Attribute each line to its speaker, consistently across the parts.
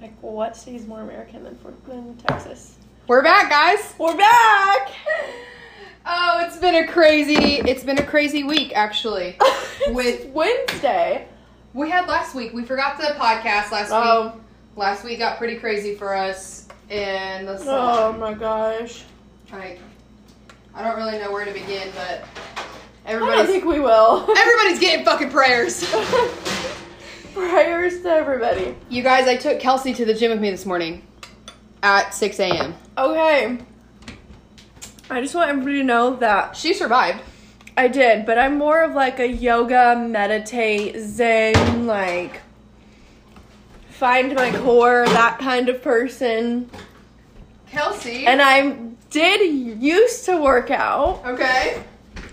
Speaker 1: Like, what city is more American than, Fort- than Texas?
Speaker 2: We're back, guys.
Speaker 1: We're back!
Speaker 2: Oh, it's been a crazy. It's been a crazy week, actually.
Speaker 1: With
Speaker 2: With-
Speaker 1: Wednesday.
Speaker 2: We had last week. We forgot the podcast last week.
Speaker 1: Oh,
Speaker 2: Last week got pretty crazy for us, and the
Speaker 1: oh my gosh.
Speaker 2: I, I don't really know where to begin, but
Speaker 1: I don't
Speaker 2: everybody's
Speaker 1: think we will.
Speaker 2: everybody's getting fucking prayers.
Speaker 1: Prayers to everybody.
Speaker 2: You guys, I took Kelsey to the gym with me this morning at 6 a.m.
Speaker 1: Okay. I just want everybody to know that
Speaker 2: She survived.
Speaker 1: I did, but I'm more of like a yoga, meditate, zen, like find my core, that kind of person.
Speaker 2: Kelsey.
Speaker 1: And I did used to work out,
Speaker 2: okay.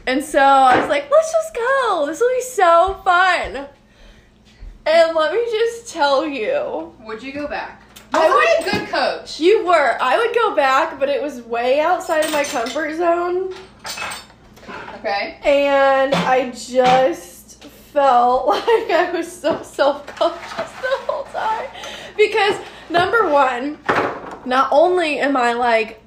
Speaker 1: and so I was like, let's just go. This will be so fun. And let me just tell you,
Speaker 2: Would you go back?
Speaker 1: I
Speaker 2: I
Speaker 1: would-
Speaker 2: would. Good coach.
Speaker 1: you were. I would go back, but it was way outside of my comfort zone.
Speaker 2: Okay.
Speaker 1: and I just felt like I was so self conscious the whole time. Because, number one, not only am I like,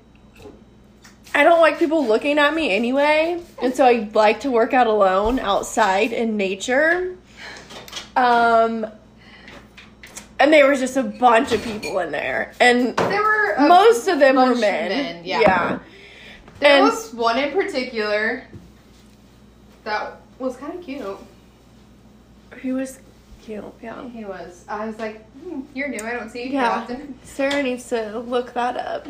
Speaker 1: I don't like people looking at me anyway, and so I like to work out alone outside in nature. Um, and there was just a bunch of people in there, and
Speaker 2: There were a
Speaker 1: most of them were
Speaker 2: Oh, bunch of
Speaker 1: men.
Speaker 2: men, yeah. There
Speaker 1: And
Speaker 2: was one in particular that was kind of cute.
Speaker 1: he was cute, yeah.
Speaker 2: He was. I was like, hmm, "You're new. I don't see you
Speaker 1: Yeah.
Speaker 2: too often."
Speaker 1: Sarah needs to look that up.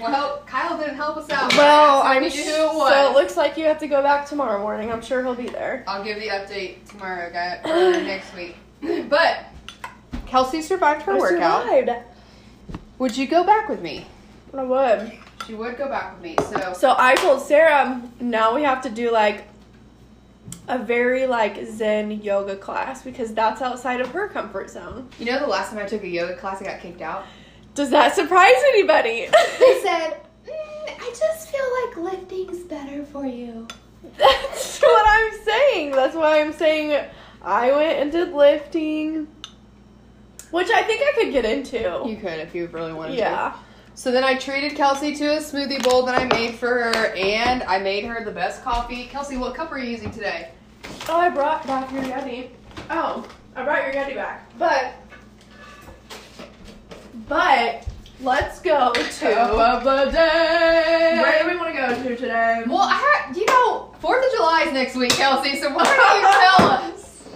Speaker 2: Well, Kyle didn't help us out.
Speaker 1: Well,
Speaker 2: so
Speaker 1: I'm
Speaker 2: we knew
Speaker 1: sure.
Speaker 2: who it was.
Speaker 1: So it looks like you have to go back tomorrow morning. I'm sure he'll be there.
Speaker 2: I'll give the update tomorrow, guy, or next week. But Kelsey survived her
Speaker 1: I
Speaker 2: workout.
Speaker 1: survived.
Speaker 2: Would you go back with me?
Speaker 1: I would.
Speaker 2: She would go back with me. So
Speaker 1: So I told Sarah, now we have to do like a very like Zen yoga class because that's outside of her comfort zone.
Speaker 2: you know, the last time I took a yoga class, I got kicked out.
Speaker 1: Does that surprise anybody?
Speaker 2: They said, mm, "I just feel like lifting's better for you."
Speaker 1: that's what I'm saying. That's why I'm saying I went and did lifting, which I think I could get into.
Speaker 2: You could if you really wanted to.
Speaker 1: Yeah.
Speaker 2: So then I treated Kelsey to a smoothie bowl that I made for her, and I made her the best coffee. Kelsey, what cup are you using today?
Speaker 1: Oh, I brought back your Yeti. Oh, I brought your Yeti back. But, but let's go to.
Speaker 2: of the day.
Speaker 1: Where do we want to go to today?
Speaker 2: well, I ha- you know, Fourth of July is next week, Kelsey. So why don't you tell us?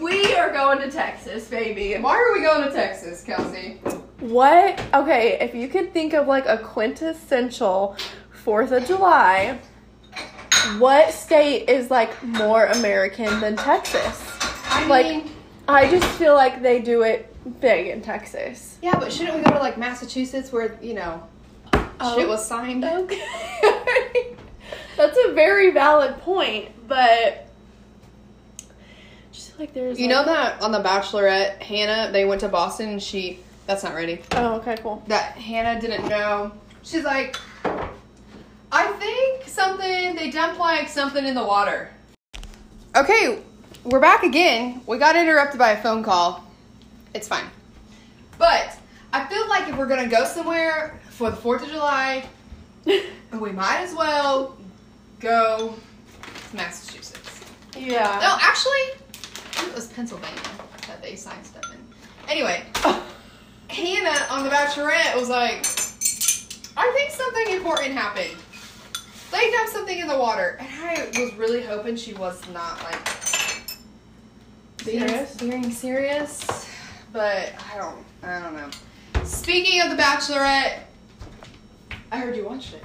Speaker 1: We are going to Texas, baby.
Speaker 2: Why are we going to Texas, Kelsey?
Speaker 1: What? Okay, if you could think of like a quintessential Fourth of July, what state is like more American than Texas?
Speaker 2: I
Speaker 1: Like-
Speaker 2: mean,
Speaker 1: I just feel like they do it big in Texas.
Speaker 2: yeah, but shouldn't we go to like Massachusetts, where you know, shit was signed?
Speaker 1: Okay. That's a very valid point, but just feel like there's
Speaker 2: You know
Speaker 1: like-
Speaker 2: that on The Bachelorette, Hannah, they went to Boston, and she. That's not ready.
Speaker 1: Oh, okay, cool.
Speaker 2: that Hannah didn't know. She's like, I think something, they dumped like something in the water. Okay, we're back again. We got interrupted by a phone call. It's fine. But I feel like if we're gonna go somewhere for the 4th of July, we might as well go to Massachusetts.
Speaker 1: yeah.
Speaker 2: No, actually, I think it was Pennsylvania that they signed stuff in. Anyway, Hannah on The Bachelorette was like, I think something important happened. They dumped something in the water. And I was really hoping she was not like being
Speaker 1: Serious?
Speaker 2: being serious. But I don't I don't know. Speaking of The Bachelorette, I heard you watched it.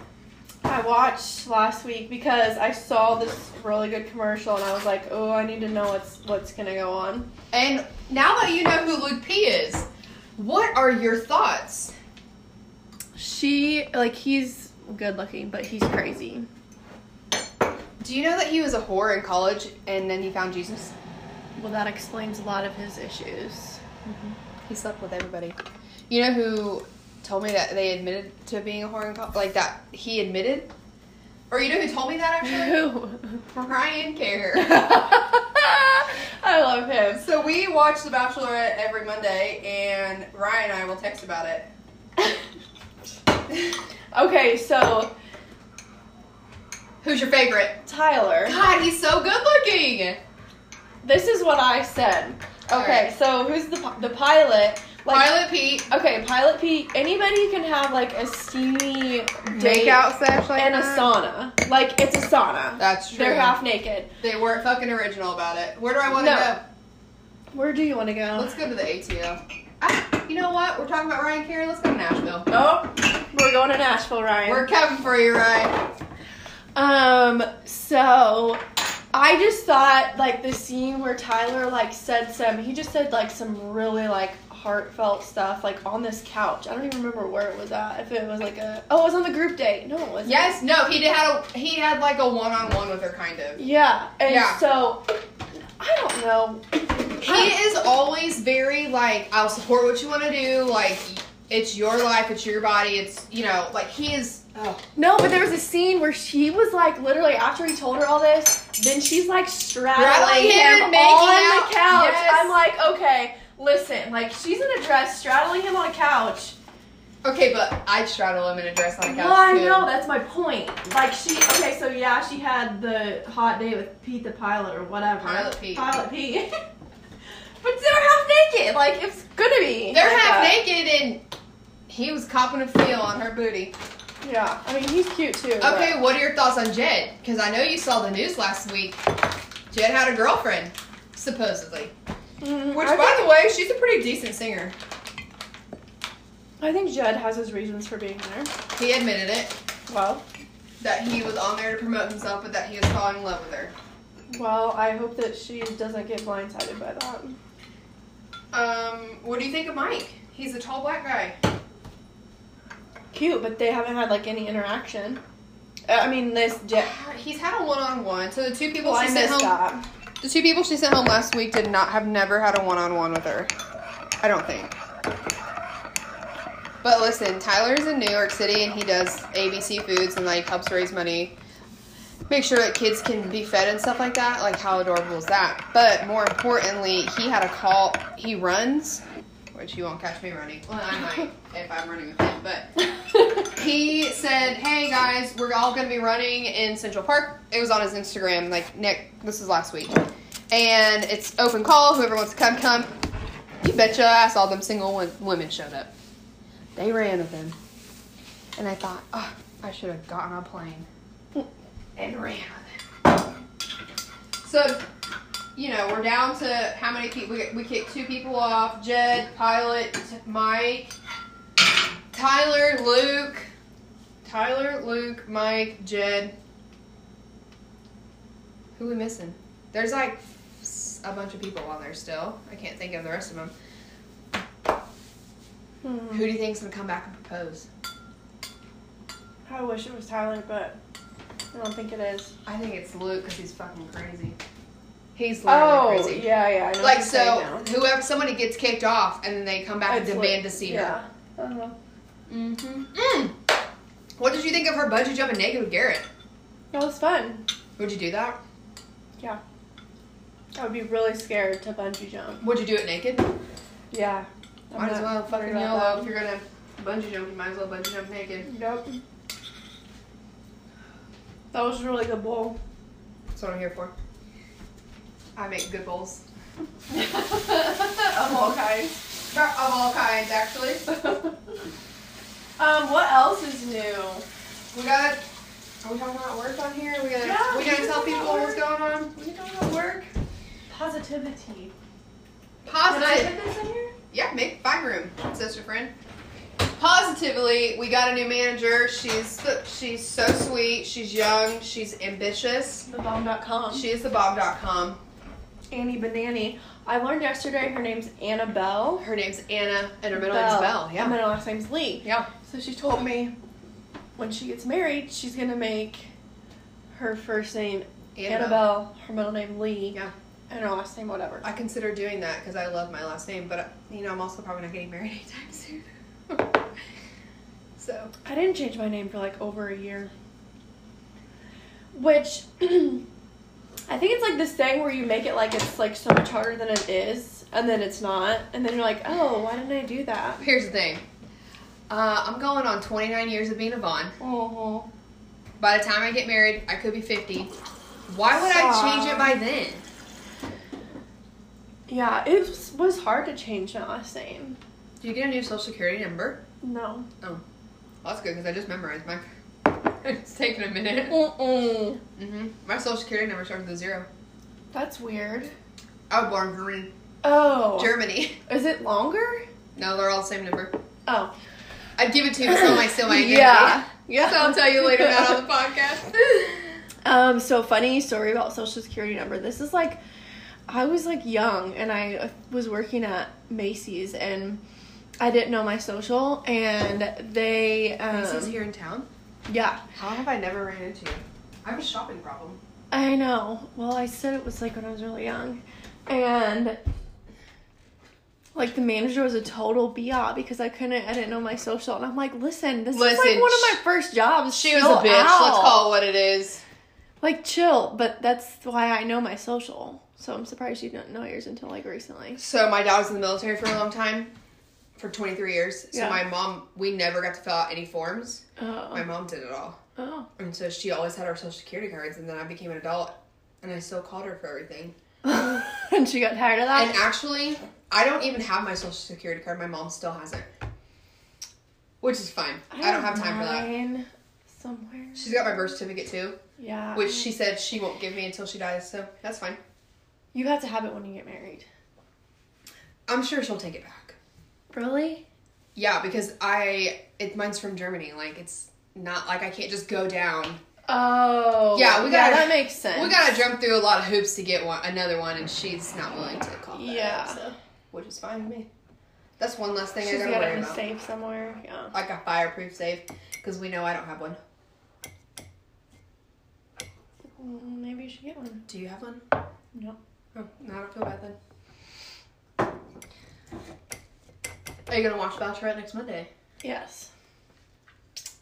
Speaker 1: I watched last week because I saw this really good commercial and I was like, oh, I need to know what's what's gonna go on.
Speaker 2: And now that you know who Luke P is, what are your thoughts?
Speaker 1: She like he's good looking, but he's crazy.
Speaker 2: Do you know that he was a whore in college and then he found Jesus?
Speaker 1: Well, that explains a lot of his issues.
Speaker 2: He slept with everybody. You know who told me that they admitted to being a whore in college? Like that he admitted? Or you know who told me that actually? Ryan Kerr.
Speaker 1: I I love him.
Speaker 2: So we watch The Bachelorette every Monday, and Ryan and I will text about it.
Speaker 1: okay, so
Speaker 2: Who's your favorite?
Speaker 1: Tyler,
Speaker 2: God, he's so good looking.
Speaker 1: this is what I said. Okay,
Speaker 2: Alright.
Speaker 1: so who's the pi- the pilot?
Speaker 2: Pilot Pete.
Speaker 1: Okay, pilot Pete. Anybody can have like a steamy date
Speaker 2: Makeout sesh like
Speaker 1: and a
Speaker 2: that?
Speaker 1: sauna. Like it's a sauna.
Speaker 2: That's true.
Speaker 1: They're half naked.
Speaker 2: They weren't fucking original about it. Where do I want to
Speaker 1: No. Where do you want to go?
Speaker 2: go? Let's go to the ATO. Ah, you know what? We're talking about Ryan Carey. Let's go to Nashville.
Speaker 1: oh, we're going to Nashville, Ryan.
Speaker 2: We're coming for you, Ryan.
Speaker 1: Um, so I just thought like the scene where Tyler like said some he just said like some really like heartfelt stuff like on this couch. I don't even remember where it was at. If it was like a oh it was on the group date. No it wasn't.
Speaker 2: Yes. No. He did had a, he had like a one on one with her kind of.
Speaker 1: Yeah. And
Speaker 2: Yeah.
Speaker 1: so I don't know.
Speaker 2: He is always very like, I'll support what you want to do. Like, it's your life, it's your body, it's you know, like he is. Oh,
Speaker 1: No, but there was a scene where she was like literally after he told her all this, then she's like straddling
Speaker 2: Straddling him,
Speaker 1: him, on
Speaker 2: making out.
Speaker 1: the couch.
Speaker 2: Yes.
Speaker 1: I'm like, okay, listen, like she's in a dress straddling him on a couch.
Speaker 2: okay, but I'd straddle him in a dress like that.
Speaker 1: Well, I
Speaker 2: too.
Speaker 1: know that's my point. Like she, okay, so yeah, she had the hot day with Pete the pilot or whatever.
Speaker 2: Pilot Pete.
Speaker 1: Pilot Pete. but they're half naked. Like it's gonna be.
Speaker 2: They're
Speaker 1: like
Speaker 2: half
Speaker 1: that.
Speaker 2: naked and he was copping a feel on her booty.
Speaker 1: Yeah, I mean he's cute too. but-
Speaker 2: Okay, what are your thoughts on Jed? Because I know you saw the news last week. Jed had a girlfriend, supposedly.
Speaker 1: Mm,
Speaker 2: Which,
Speaker 1: I,
Speaker 2: by
Speaker 1: think,
Speaker 2: the way, she's a pretty decent singer.
Speaker 1: I think Jed has his reasons for being there.
Speaker 2: He admitted it
Speaker 1: Well,
Speaker 2: that he was on there to promote himself, but that he was falling in love with her.
Speaker 1: well, I hope that she doesn't get blindsided by that.
Speaker 2: Um, what do you think of Mike? He's a tall black guy.
Speaker 1: Cute, but they haven't had like any interaction. Uh, I mean this Jed.
Speaker 2: He's had a one-on-one. So the two people
Speaker 1: Well, I
Speaker 2: she sent
Speaker 1: missed
Speaker 2: home,
Speaker 1: that.
Speaker 2: the two people she sent home last week did not have never had a one-on-one with her. I don't think. But listen, Tyler's in New York City and he does ABC Foods and like helps raise money, make sure that kids can be fed and stuff like that. Like how adorable is that? But more importantly, he had a call. He runs, which you won't catch me running. Well, I might if I'm running with him, but. he said, "Hey guys, we're all going to be running in Central Park." It was on his Instagram. Like Nick, this is last week, and it's open call. Whoever wants to come, come. You betcha! I saw them single wo- women showed up. They ran with him, and I thought, oh, I should have gotten on a plane and ran with him. So, you know, we're down to how many people? We, we kicked two people off: Jed, Pilot, Mike. Tyler, Luke, Tyler, Luke, Mike, Jed. Who we missing? There's like s- a bunch of people on there still. I can't think of the rest of them.
Speaker 1: Hmm.
Speaker 2: Who do you think's gonna come back and propose?
Speaker 1: I wish it was Tyler, but I don't think it is.
Speaker 2: I think it's Luke because he's fucking crazy. He's literally
Speaker 1: Oh,
Speaker 2: crazy.
Speaker 1: yeah, yeah. I know what
Speaker 2: Like
Speaker 1: you're saying
Speaker 2: so,
Speaker 1: now.
Speaker 2: whoever somebody gets kicked off and then they come back
Speaker 1: It's
Speaker 2: and
Speaker 1: what-
Speaker 2: demand to see her.
Speaker 1: yeah. Uh-huh.
Speaker 2: Mm-hmm. Mm. What did you think of her bungee jumping naked with Garrett?
Speaker 1: That was fun.
Speaker 2: Would you do that?
Speaker 1: I would be really scared to bungee jump.
Speaker 2: Would you do it naked?
Speaker 1: Yeah. I'm
Speaker 2: Might as
Speaker 1: not
Speaker 2: well
Speaker 1: worried
Speaker 2: fucking
Speaker 1: about
Speaker 2: YOLO. If
Speaker 1: that.
Speaker 2: you're gonna bungee jump, you might as well bungee jump naked.
Speaker 1: Yep. That was a really good bowl.
Speaker 2: That's what I'm here for. I make good bowls. of all
Speaker 1: kinds.
Speaker 2: Of all kinds, actually.
Speaker 1: um, what else is new?
Speaker 2: We got. Are we talking about work on here? We gotta.
Speaker 1: Yeah,
Speaker 2: we gotta
Speaker 1: we can
Speaker 2: tell
Speaker 1: talk
Speaker 2: people
Speaker 1: about
Speaker 2: what's going on. We can talk about work.
Speaker 1: Positivity. Did I
Speaker 2: Positive.
Speaker 1: put this in here?
Speaker 2: Yeah, make five room, sister friend. Positively, we got a new manager. She's she's so sweet. She's young. She's ambitious.
Speaker 1: Thebomb.com.
Speaker 2: She is the bomb.com.
Speaker 1: Annie Banani. I learned yesterday her name's Annabelle.
Speaker 2: Her name's Anna, and her middle name's Belle.
Speaker 1: And
Speaker 2: Yeah.
Speaker 1: then her last name's Lee.
Speaker 2: Yeah.
Speaker 1: So she told me when she gets married, she's gonna make her first name Annabelle, her middle name Lee,
Speaker 2: Yeah.
Speaker 1: and her last name whatever.
Speaker 2: I consider doing that because I love my last name, but you know I'm also probably not getting married anytime soon. so
Speaker 1: I didn't change my name for like over a year, which I think it's like this thing where you make it like it's like so much harder than it is, and then it's not, and then you're like, oh, why didn't I do that?
Speaker 2: Here's the thing. Uh, I'm going on 29 years of being a Vaughn. Mm-hmm.
Speaker 1: Oh,
Speaker 2: By the time I get married, I could be 50. Why would I change it by then?
Speaker 1: yeah, it was, was hard to change my last name.
Speaker 2: Do you get a new social security number?
Speaker 1: No.
Speaker 2: Well, Oh, that's good because I just memorized mine. it's taking a minute.
Speaker 1: Mm-mm.
Speaker 2: hmm My social security number starts with a zero.
Speaker 1: That's weird.
Speaker 2: I was born in Germany.
Speaker 1: Oh,
Speaker 2: Germany.
Speaker 1: is it longer?
Speaker 2: No, they're all the same number.
Speaker 1: Oh,
Speaker 2: I'd give it to you, but still my still my identity.
Speaker 1: yeah, yeah.
Speaker 2: So I'll tell you later, not on the podcast.
Speaker 1: Um, so funny story about social security number. This is like, I was like young and I uh, was working at Macy's and I didn't know my social and they,
Speaker 2: Macy's
Speaker 1: um,
Speaker 2: here in town.
Speaker 1: yeah,
Speaker 2: How have I never ran into you? I have a shopping problem.
Speaker 1: I know. Well, I said it was like when I was really young and like the manager was a total BA because I couldn't, I didn't know my social and I'm like, listen, this is like
Speaker 2: Listen,
Speaker 1: one of my
Speaker 2: sh-
Speaker 1: first jobs.
Speaker 2: She was
Speaker 1: Chill
Speaker 2: a bitch. Let's
Speaker 1: out.
Speaker 2: call it what it is.
Speaker 1: Like chill, but that's why I know my social. So I'm surprised you didn't know yours until like recently.
Speaker 2: So my dad was in the military for a long time, for 23 years. So
Speaker 1: Yeah.
Speaker 2: my mom, we never got to fill out any forms.
Speaker 1: Oh.
Speaker 2: My mom did it all,
Speaker 1: Oh.
Speaker 2: and so she always had our social security cards. And then I became an adult, and I still called her for everything.
Speaker 1: Oh. and she got tired of
Speaker 2: And
Speaker 1: that?
Speaker 2: actually, I don't even have my social security card. My mom still has it, which is fine. I don't have time for that.
Speaker 1: mine Somewhere.
Speaker 2: She's got my birth certificate too,
Speaker 1: Yeah.
Speaker 2: which she said she won't give me until she dies. So that's fine.
Speaker 1: you have to have it when you get married.
Speaker 2: I'm sure she'll take it back.
Speaker 1: Really?
Speaker 2: Yeah, because I it mine's from Germany. Like it's not like I can't just go down.
Speaker 1: Oh.
Speaker 2: Yeah, we gotta-
Speaker 1: that makes sense.
Speaker 2: We gotta jump through a lot of hoops to get one another one, and she's not willing to call. That
Speaker 1: Yeah.
Speaker 2: up, so, which is fine with me. That's one less thing
Speaker 1: She's
Speaker 2: I
Speaker 1: got
Speaker 2: gotta
Speaker 1: it
Speaker 2: worry
Speaker 1: in a
Speaker 2: about.
Speaker 1: safe somewhere. Yeah.
Speaker 2: Like a fireproof safe, because we know I don't have one.
Speaker 1: Mm, Maybe you should get one.
Speaker 2: Do you have one?
Speaker 1: No.
Speaker 2: Oh, no, I don't feel bad then. Are you gonna watch Bachelorette next Monday?
Speaker 1: Yes.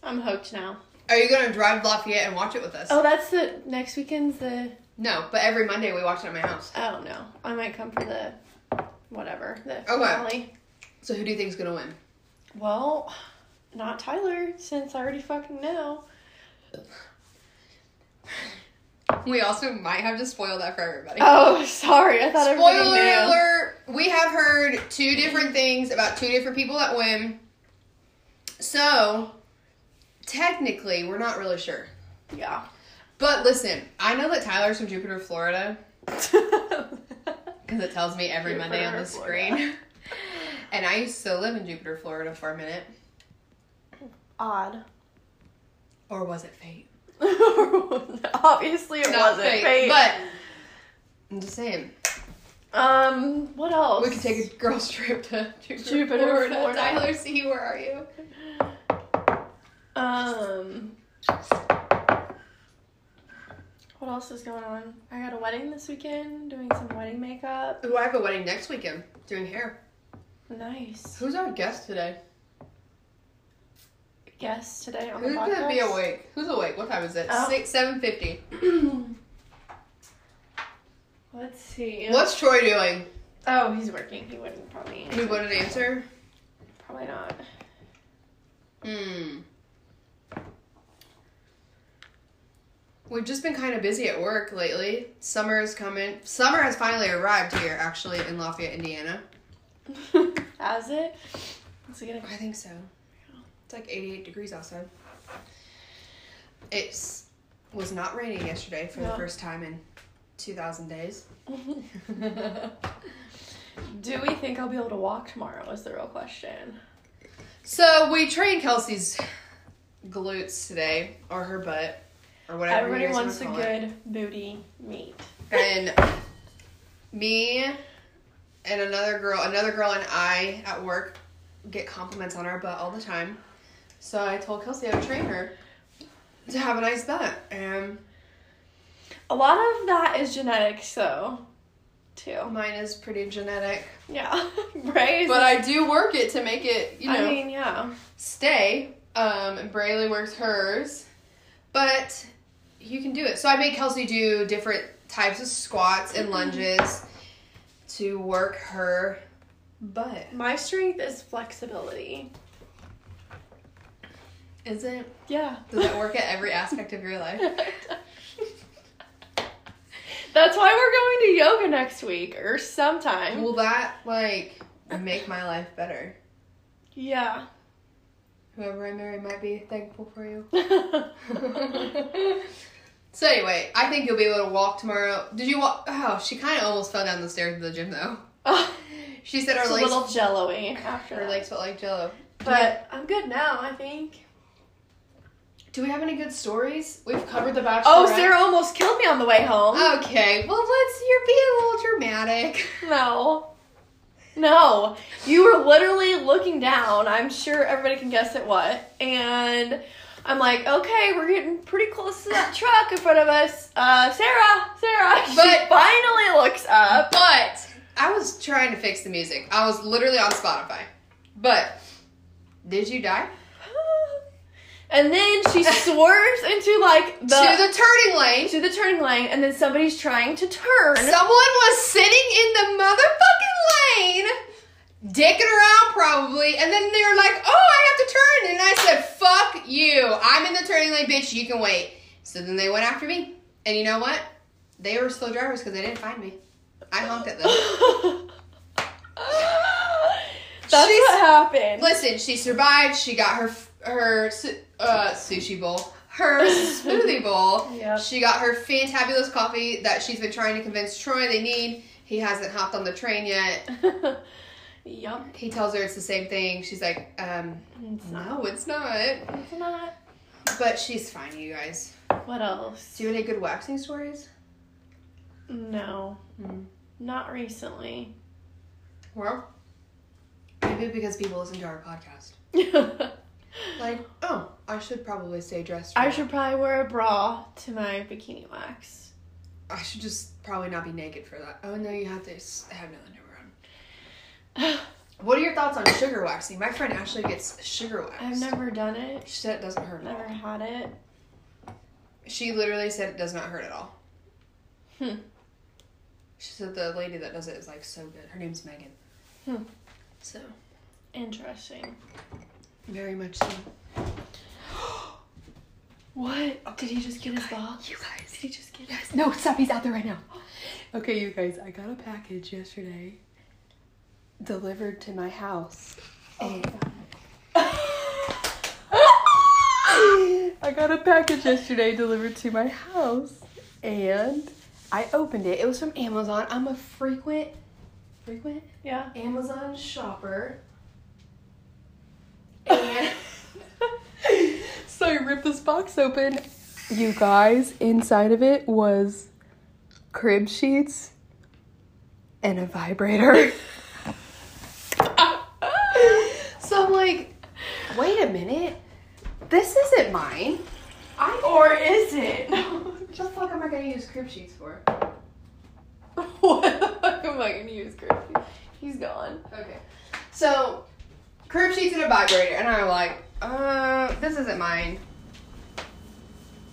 Speaker 1: I'm hooked now.
Speaker 2: Are you gonna drive to Lafayette and watch it with us?
Speaker 1: Oh, that's the next weekend's the
Speaker 2: No, but every Monday we watch it at my house.
Speaker 1: I don't know. I might come for the whatever. The
Speaker 2: Okay.
Speaker 1: finale.
Speaker 2: So who do you think's gonna win?
Speaker 1: Well, not Tyler, since I already fucking know.
Speaker 2: We also might have to spoil that for everybody.
Speaker 1: Oh, sorry. I thought everybody
Speaker 2: Spoiler
Speaker 1: knew.
Speaker 2: alert! We have heard two different things about two different people that win. So, technically, we're not really sure.
Speaker 1: Yeah.
Speaker 2: But listen, I know that Tyler's from Jupiter, Florida, because it tells me every Monday on the
Speaker 1: Jupiter,
Speaker 2: screen. and I used to live in Jupiter, Florida for a minute.
Speaker 1: Odd.
Speaker 2: Or was it fate?
Speaker 1: Obviously, it
Speaker 2: Not
Speaker 1: wasn't fate.
Speaker 2: But, I'm just saying.
Speaker 1: um, what else?
Speaker 2: We could take a girl's trip to Jupiter,
Speaker 1: Jupiter,
Speaker 2: Florida.
Speaker 1: Florida.
Speaker 2: Tyler, see, where are you?
Speaker 1: Um. What else is going on? I got a wedding this weekend. Doing some wedding makeup.
Speaker 2: Ooh, I have a wedding next weekend doing hair.
Speaker 1: Nice.
Speaker 2: Who's our guest today?
Speaker 1: Guest today on
Speaker 2: Who's
Speaker 1: the
Speaker 2: gonna be
Speaker 1: podcast.
Speaker 2: awake? Who's awake? What time is it?
Speaker 1: Oh.
Speaker 2: Six seven fifty.
Speaker 1: Let's see.
Speaker 2: What's Troy doing?
Speaker 1: Oh, he's working. He wouldn't probably.
Speaker 2: We want an answer.
Speaker 1: Probably not.
Speaker 2: Hmm. We've just been kind of busy at work lately. Summer is coming. Summer has finally arrived here, actually, in Lafayette, Indiana.
Speaker 1: As it. Is it gonna
Speaker 2: I think so. It's like 88 degrees outside. It's was not raining yesterday for the
Speaker 1: No.
Speaker 2: first time in 2,000 days.
Speaker 1: Do we think I'll be able to walk tomorrow? Is the real question.
Speaker 2: So we trained Kelsey's glutes today, or her butt, or whatever. you
Speaker 1: Everybody
Speaker 2: guys
Speaker 1: wants a
Speaker 2: wanna call it.
Speaker 1: good booty meat.
Speaker 2: And me and another girl, another girl and I at work get compliments on our butt all the time. So I told Kelsey I would train her to have a nice butt, and
Speaker 1: A lot of that is genetics, though, too.
Speaker 2: mine is pretty genetic.
Speaker 1: Yeah, right.
Speaker 2: But I do work it to make it, you know.
Speaker 1: I mean, yeah.
Speaker 2: stay. Um, and Braylee works hers, but you can do it. So I made Kelsey do different types of squats and lunges to work her butt.
Speaker 1: My strength is flexibility.
Speaker 2: Is it?
Speaker 1: Yeah.
Speaker 2: Does that work at every aspect of your life?
Speaker 1: That's why we're going to yoga next week or sometime.
Speaker 2: Will that like make my life better?
Speaker 1: yeah.
Speaker 2: Whoever I marry might be thankful for you.
Speaker 1: Oh, I
Speaker 2: so anyway, I think you'll be able to walk tomorrow. Did you walk? Oh, she kind of almost fell down the stairs of the gym though. She said her
Speaker 1: it's a
Speaker 2: legs,
Speaker 1: little jello-y after
Speaker 2: her
Speaker 1: that.
Speaker 2: legs felt like jello.
Speaker 1: but I'm good now, I think.
Speaker 2: Do we have any good stories? We've covered the Bachelor.
Speaker 1: Oh, Sarah almost killed me on the way home.
Speaker 2: Okay, well let's. You're being a little dramatic.
Speaker 1: No. No. You were literally looking down. I'm sure everybody can guess at what. And I'm like, okay, we're getting pretty close to that truck in front of us. Uh, Sarah, Sarah.
Speaker 2: But-
Speaker 1: she finally looks up.
Speaker 2: But I was trying to fix the music. I was literally on Spotify. But did you die?
Speaker 1: And then she swerves into like the
Speaker 2: to the turning lane.
Speaker 1: to the turning lane, and then somebody's trying to turn.
Speaker 2: Someone was sitting in the motherfucking lane, dicking around probably, and then they were like, oh, I have to turn. And I said, fuck you. I'm in the turning lane, bitch. You can wait. So then they went after me. And you know what? They were slow drivers because they didn't find me. I honked at them.
Speaker 1: That's
Speaker 2: She's-
Speaker 1: what happened.
Speaker 2: Listen, she survived. She got her her su- uh, sushi bowl, her smoothie bowl.
Speaker 1: Yep.
Speaker 2: She got her fantabulous coffee that she's been trying to convince Troy they need. He hasn't hopped on the train yet.
Speaker 1: yup.
Speaker 2: He tells her it's the same thing. She's like, um,
Speaker 1: It's not.
Speaker 2: no, it's not.
Speaker 1: It's not.
Speaker 2: But she's fine, you guys.
Speaker 1: What else?
Speaker 2: Do you have any good waxing stories?
Speaker 1: No,
Speaker 2: Mm.
Speaker 1: not recently.
Speaker 2: Well, maybe because people listen to our podcast. Like, oh, I should probably stay dressed. for
Speaker 1: I
Speaker 2: that.
Speaker 1: should probably wear a bra to my bikini wax.
Speaker 2: I should just probably not be naked for that. Oh no, you have to s- have no underwear on. What are your thoughts on sugar waxing? My friend Ashley gets sugar waxed.
Speaker 1: I've never done it.
Speaker 2: She said it doesn't hurt at
Speaker 1: Never
Speaker 2: all.
Speaker 1: had it.
Speaker 2: She literally said it does not hurt at all.
Speaker 1: Hmm.
Speaker 2: She said the lady that does it is like so good. Her name's Megan.
Speaker 1: Hmm.
Speaker 2: So
Speaker 1: Interesting.
Speaker 2: very much so.
Speaker 1: What? Did he just get his bra?
Speaker 2: You guys.
Speaker 1: Did he just get
Speaker 2: Yes. No, stop. He's out there right now. Okay, you guys. I got a package yesterday delivered to my house. And- I got a package yesterday delivered to my house, and I opened it. It was from Amazon. I'm a frequent, frequent
Speaker 1: Yeah.
Speaker 2: Amazon shopper. And so I ripped this box open. You guys, inside of it was crib sheets and a vibrator. so I'm like, wait a minute. This isn't mine. I
Speaker 1: Or is it?
Speaker 2: what the fuck am I gonna use crib sheets for?
Speaker 1: what the fuck am I gonna use, Griffey? He's gone.
Speaker 2: Okay. So, crib sheets and a vibrator, and I'm like, uh, this isn't mine.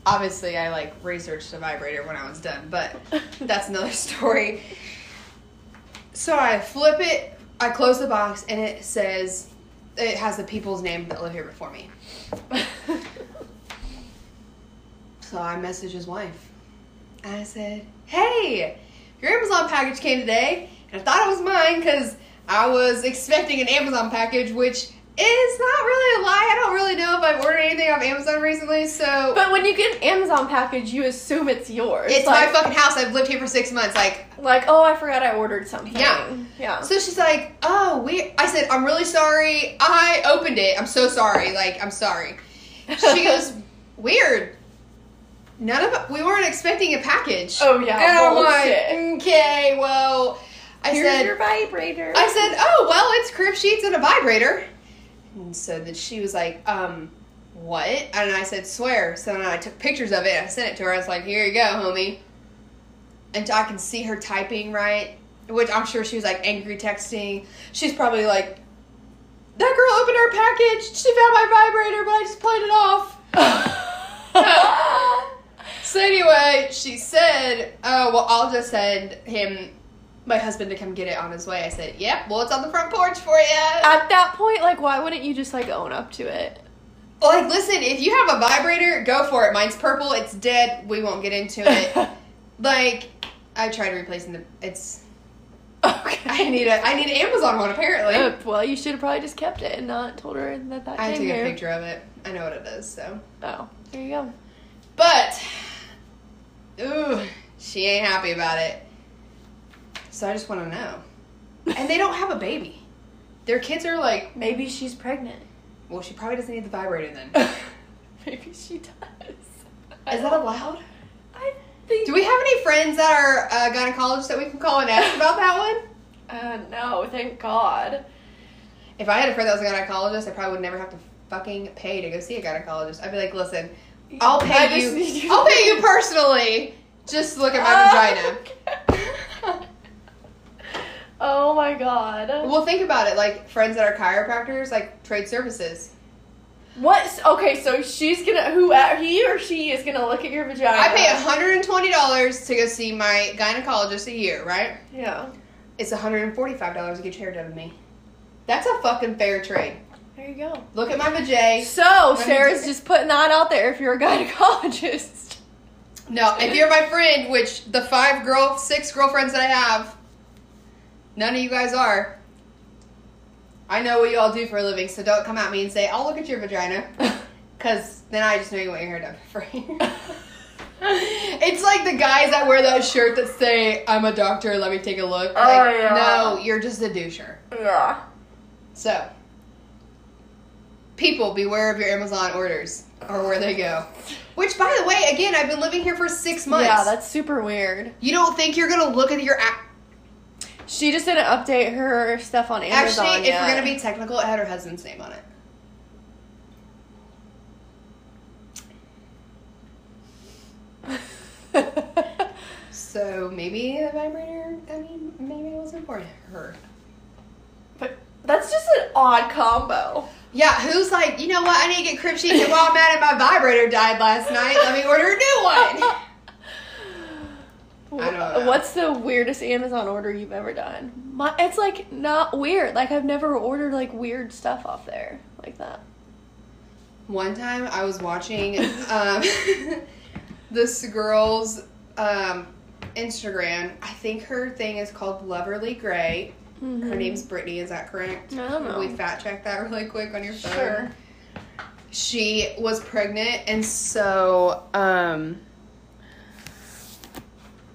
Speaker 2: Obviously, I like researched a vibrator when I was done, but that's another story. So I flip it, I close the box, and it says it has the people's name that live here before me. So I messaged his wife. And I said, Hey, your Amazon package came today, and I thought it was mine because I was expecting an Amazon package, which is not really a lie. I don't really know if I've ordered anything off Amazon recently, so
Speaker 1: but when you get an Amazon package, you assume it's yours.
Speaker 2: it's
Speaker 1: like,
Speaker 2: my fucking house. I've lived here for six months. Like,
Speaker 1: like, oh, I forgot I ordered something.
Speaker 2: Yeah.
Speaker 1: Yeah.
Speaker 2: So she's like, "Oh, we." I said, "I'm really sorry. I opened it. I'm so sorry. Like, I'm sorry." She goes, "Weird. None of we weren't expecting a package."
Speaker 1: Oh, yeah,
Speaker 2: And I'm
Speaker 1: bullshit.
Speaker 2: like, "Okay, well." I
Speaker 1: Here's
Speaker 2: said,
Speaker 1: your vibrator.
Speaker 2: I said, "Oh, well, it's crib sheets and a vibrator." And so then she was like, "Um, what?" And I said, "Swear." So then I took pictures of it. and I sent it to her. I was like, "Here you go, homie." And I can see her typing right, which I'm sure she was like angry texting. She's probably like, "That girl opened her package. She found my vibrator, but I just played it off." So anyway, she said, "Oh well, I'll just send him, my husband, to come get it on his way." I said, "Yep, well, it's on the front porch for you."
Speaker 1: At that point, like, why wouldn't you just like own up to it?
Speaker 2: Like, listen, if you have a vibrator, go for it. Mine's purple. It's dead. We won't get into it. like, I tried replacing the. It's.
Speaker 1: okay.
Speaker 2: I need a. I need an Amazon one apparently.
Speaker 1: Uh, well, you should have probably just kept it and not told her that that
Speaker 2: I
Speaker 1: came
Speaker 2: took a
Speaker 1: here.
Speaker 2: picture of it. I know what it is. So,
Speaker 1: Oh, there you go.
Speaker 2: but, ooh, she ain't happy about it. So I just want to know. And they don't have a baby. Their kids are like,
Speaker 1: Maybe she's pregnant.
Speaker 2: well, she probably doesn't need the vibrator then.
Speaker 1: Maybe she does.
Speaker 2: Is that allowed?
Speaker 1: I think.
Speaker 2: Do we have any friends that are uh, gynecologists that we can call and ask about that one?
Speaker 1: Uh, no, thank God.
Speaker 2: If I had a friend that was a gynecologist, I probably would never have to fucking pay to go see a gynecologist. I'd be like, listen, I'll pay
Speaker 1: I just
Speaker 2: you. Uh.
Speaker 1: need
Speaker 2: I'll pay you personally. Just to look at my vagina.
Speaker 1: vagina. oh my God.
Speaker 2: Well, think about it. Like friends that are chiropractors, like trade services.
Speaker 1: What? Okay, so she's gonna who uh, he or she is gonna look at your vagina.
Speaker 2: I pay hundred and twenty dollars to go see my gynecologist a year, right?
Speaker 1: Yeah.
Speaker 2: It's hundred and forty-five dollars to get your hair done to me. That's a fucking fair trade.
Speaker 1: There you go.
Speaker 2: Look at my vajay.
Speaker 1: So
Speaker 2: me
Speaker 1: Sarah's
Speaker 2: do-
Speaker 1: just putting that out there. If you're a gynecologist,
Speaker 2: No, if you're my friend, which the five girl, six girlfriends that I have, none of you guys are. I know what you all do for a living, so don't come at me and say I'll look at your vagina, because then I just know you want your hair done for free. It's like the guys that wear that shirt that say, I'm a doctor, let me take a look. Like,
Speaker 1: Oh, yeah.
Speaker 2: No, you're just a doucher.
Speaker 1: yeah.
Speaker 2: So, people, beware of your Amazon orders or where they go. Which, by the way, again, I've been living here for six months.
Speaker 1: Yeah, that's super weird.
Speaker 2: you don't think you're going to look at your. A-
Speaker 1: She just didn't update her stuff on Amazon.
Speaker 2: Actually, if we're
Speaker 1: yet.
Speaker 2: going to be technical, it had her husband's name on it. So maybe the vibrator, I mean, maybe it wasn't for her.
Speaker 1: but that's just an odd combo.
Speaker 2: Yeah, who's like, you know what? I need to get crib sheets. And while I'm at it, my vibrator died last night. Let me order a new one. I don't know.
Speaker 1: What's the weirdest Amazon order you've ever done? My, it's like not weird. Like I've never ordered like weird stuff off there like that.
Speaker 2: One time I was watching um, this girl's um, Instagram. I think her thing is called Loverly Gray. Her name's Brittany. Is that correct?
Speaker 1: Mm-hmm. I don't know.
Speaker 2: We fact check that really quick on your phone.
Speaker 1: Sure.
Speaker 2: She was pregnant, and so um,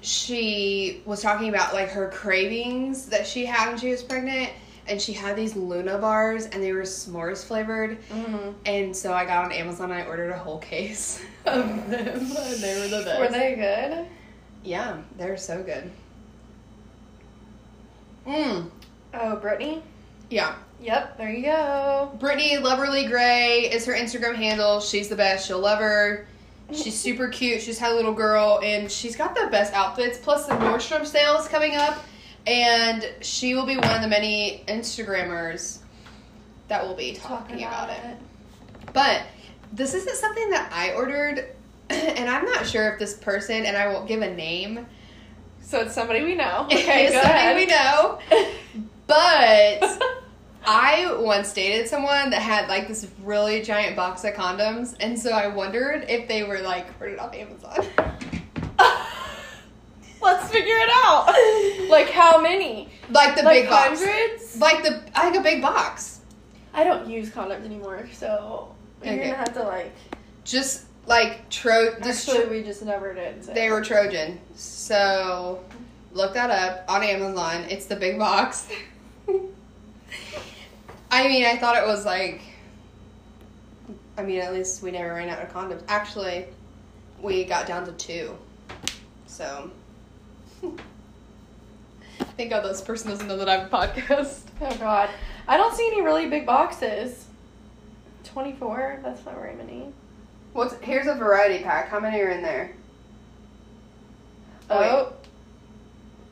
Speaker 2: she was talking about like her cravings that she had when she was pregnant. And she had these Luna bars, and they were s'mores flavored.
Speaker 1: Mm-hmm.
Speaker 2: And so I got on Amazon. and I ordered a whole case of them, and they were the best.
Speaker 1: Were they good?
Speaker 2: Yeah, they're so good. Mm.
Speaker 1: Oh, Brittany.
Speaker 2: Yeah,
Speaker 1: Yep. There you go.
Speaker 2: Brittany Loverly Gray is her Instagram handle. She's the best. She'll love her. She's super cute. She's had a little girl, and she's got the best outfits. Plus the Nordstrom sales coming up, and she will be one of the many Instagrammers that will be talking, about, it. But this isn't something that I ordered, and I'm not sure if this person, and I won't give a name,
Speaker 1: So it's somebody we know.
Speaker 2: is somebody we know. But I once dated someone that had like this really giant box of condoms, and so I wondered if they were like ordered off Amazon.
Speaker 1: Let's figure it out. Like how many?
Speaker 2: Like the
Speaker 1: like
Speaker 2: big box.
Speaker 1: hundreds?
Speaker 2: Like the like a big box.
Speaker 1: I don't use condoms anymore, so you're
Speaker 2: Okay.
Speaker 1: gonna have to like.
Speaker 2: Just like tro just
Speaker 1: Actually, we just never did. so-
Speaker 2: They were Trojan. So look that up on Amazon. It's the big box. I mean, I thought it was like. I mean, at least we never ran out of condoms. Actually, we got down to two. So. Thank God this person doesn't know that I have a podcast.
Speaker 1: Oh god. I don't see any really big boxes. 24? That's not very many.
Speaker 2: What's here's a variety pack. How many are in there?
Speaker 1: Oh.
Speaker 2: Oh,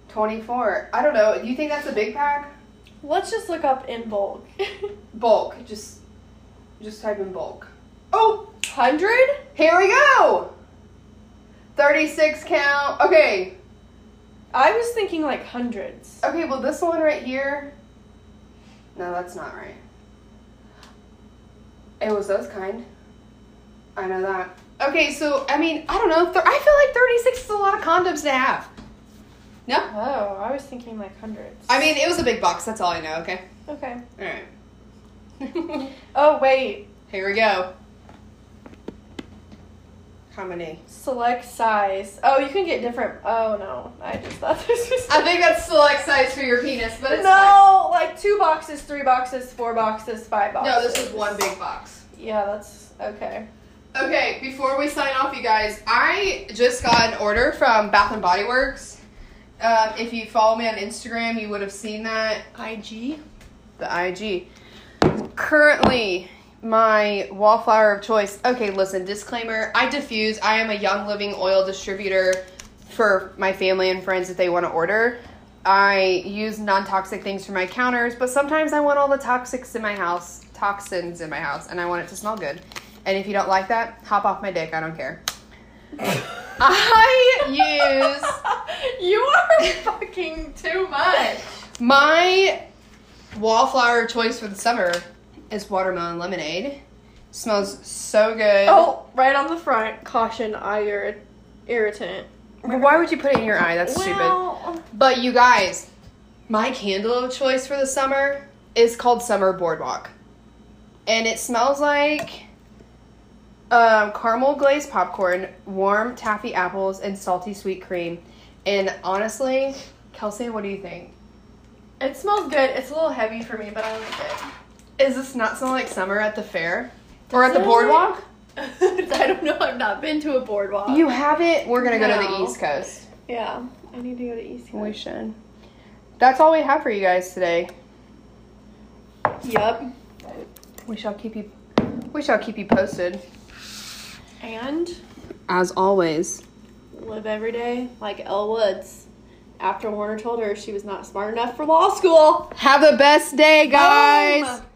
Speaker 2: twenty four. 24. I don't know. You think that's a big pack?
Speaker 1: Let's just look up in bulk.
Speaker 2: Bulk. Just just type in bulk. Oh,
Speaker 1: 100?
Speaker 2: here we go. 36 count. Okay.
Speaker 1: I was thinking like hundreds.
Speaker 2: Okay, well, this one right here. No, that's not right. It was those kind. I know that. Okay, so, I mean, I don't know. Th- I feel like 36 is a lot of condoms to have. No?
Speaker 1: Oh, I was thinking like hundreds.
Speaker 2: I mean, it was a big box. That's all I know, okay?
Speaker 1: okay.
Speaker 2: Alright.
Speaker 1: Oh wait,
Speaker 2: Here we go. How many?
Speaker 1: select size. Oh, you can get different. Oh no, I just thought this was.
Speaker 2: I think that's select size for your penis, but it's
Speaker 1: no, like two boxes, three boxes, four boxes, five
Speaker 2: fine.
Speaker 1: boxes.
Speaker 2: No, this is one big box.
Speaker 1: Yeah, that's okay.
Speaker 2: Okay, before we sign off, you guys, I just got an order from Bath and Body Works. Um, if you follow me on Instagram, you would have seen that
Speaker 1: IG.
Speaker 2: the IG. Currently, my wallflower of choice. Okay, listen, disclaimer I diffuse. I am a Young Living oil distributor for my family and friends if they want to order. I use non toxic things for my counters, but sometimes I want all the toxics in my house, toxins in my house, and I want it to smell good. And if you don't like that, hop off my dick. I don't care. I use.
Speaker 1: you are fucking too much.
Speaker 2: My wallflower choice for the summer is watermelon lemonade. Smells so good.
Speaker 1: Oh, right on the front. Caution, eye ir- irritant.
Speaker 2: why would you put it in your eye? That's
Speaker 1: Well,
Speaker 2: stupid. But you guys, my candle of choice for the summer is called Summer Boardwalk. And it smells like um, caramel glazed popcorn, warm taffy apples, and salty sweet cream. And honestly, Kelsey, what do you think?
Speaker 1: it smells good. It's a little heavy for me, but I like
Speaker 2: Is this not smell like summer at the fair? or at the
Speaker 1: Does it?
Speaker 2: boardwalk?
Speaker 1: it. I don't know. I've not been to a boardwalk.
Speaker 2: You have it. We're gonna go to the
Speaker 1: No.
Speaker 2: East Coast.
Speaker 1: yeah, I need to go to East.
Speaker 2: We should. That's all we have for you guys today.
Speaker 1: Yep.
Speaker 2: We shall keep you. We shall keep you posted.
Speaker 1: And
Speaker 2: As always.
Speaker 1: live every day like Elle Woods. After Warner told her she was not smart enough for law school.
Speaker 2: Have the best day, guys.
Speaker 1: Boom.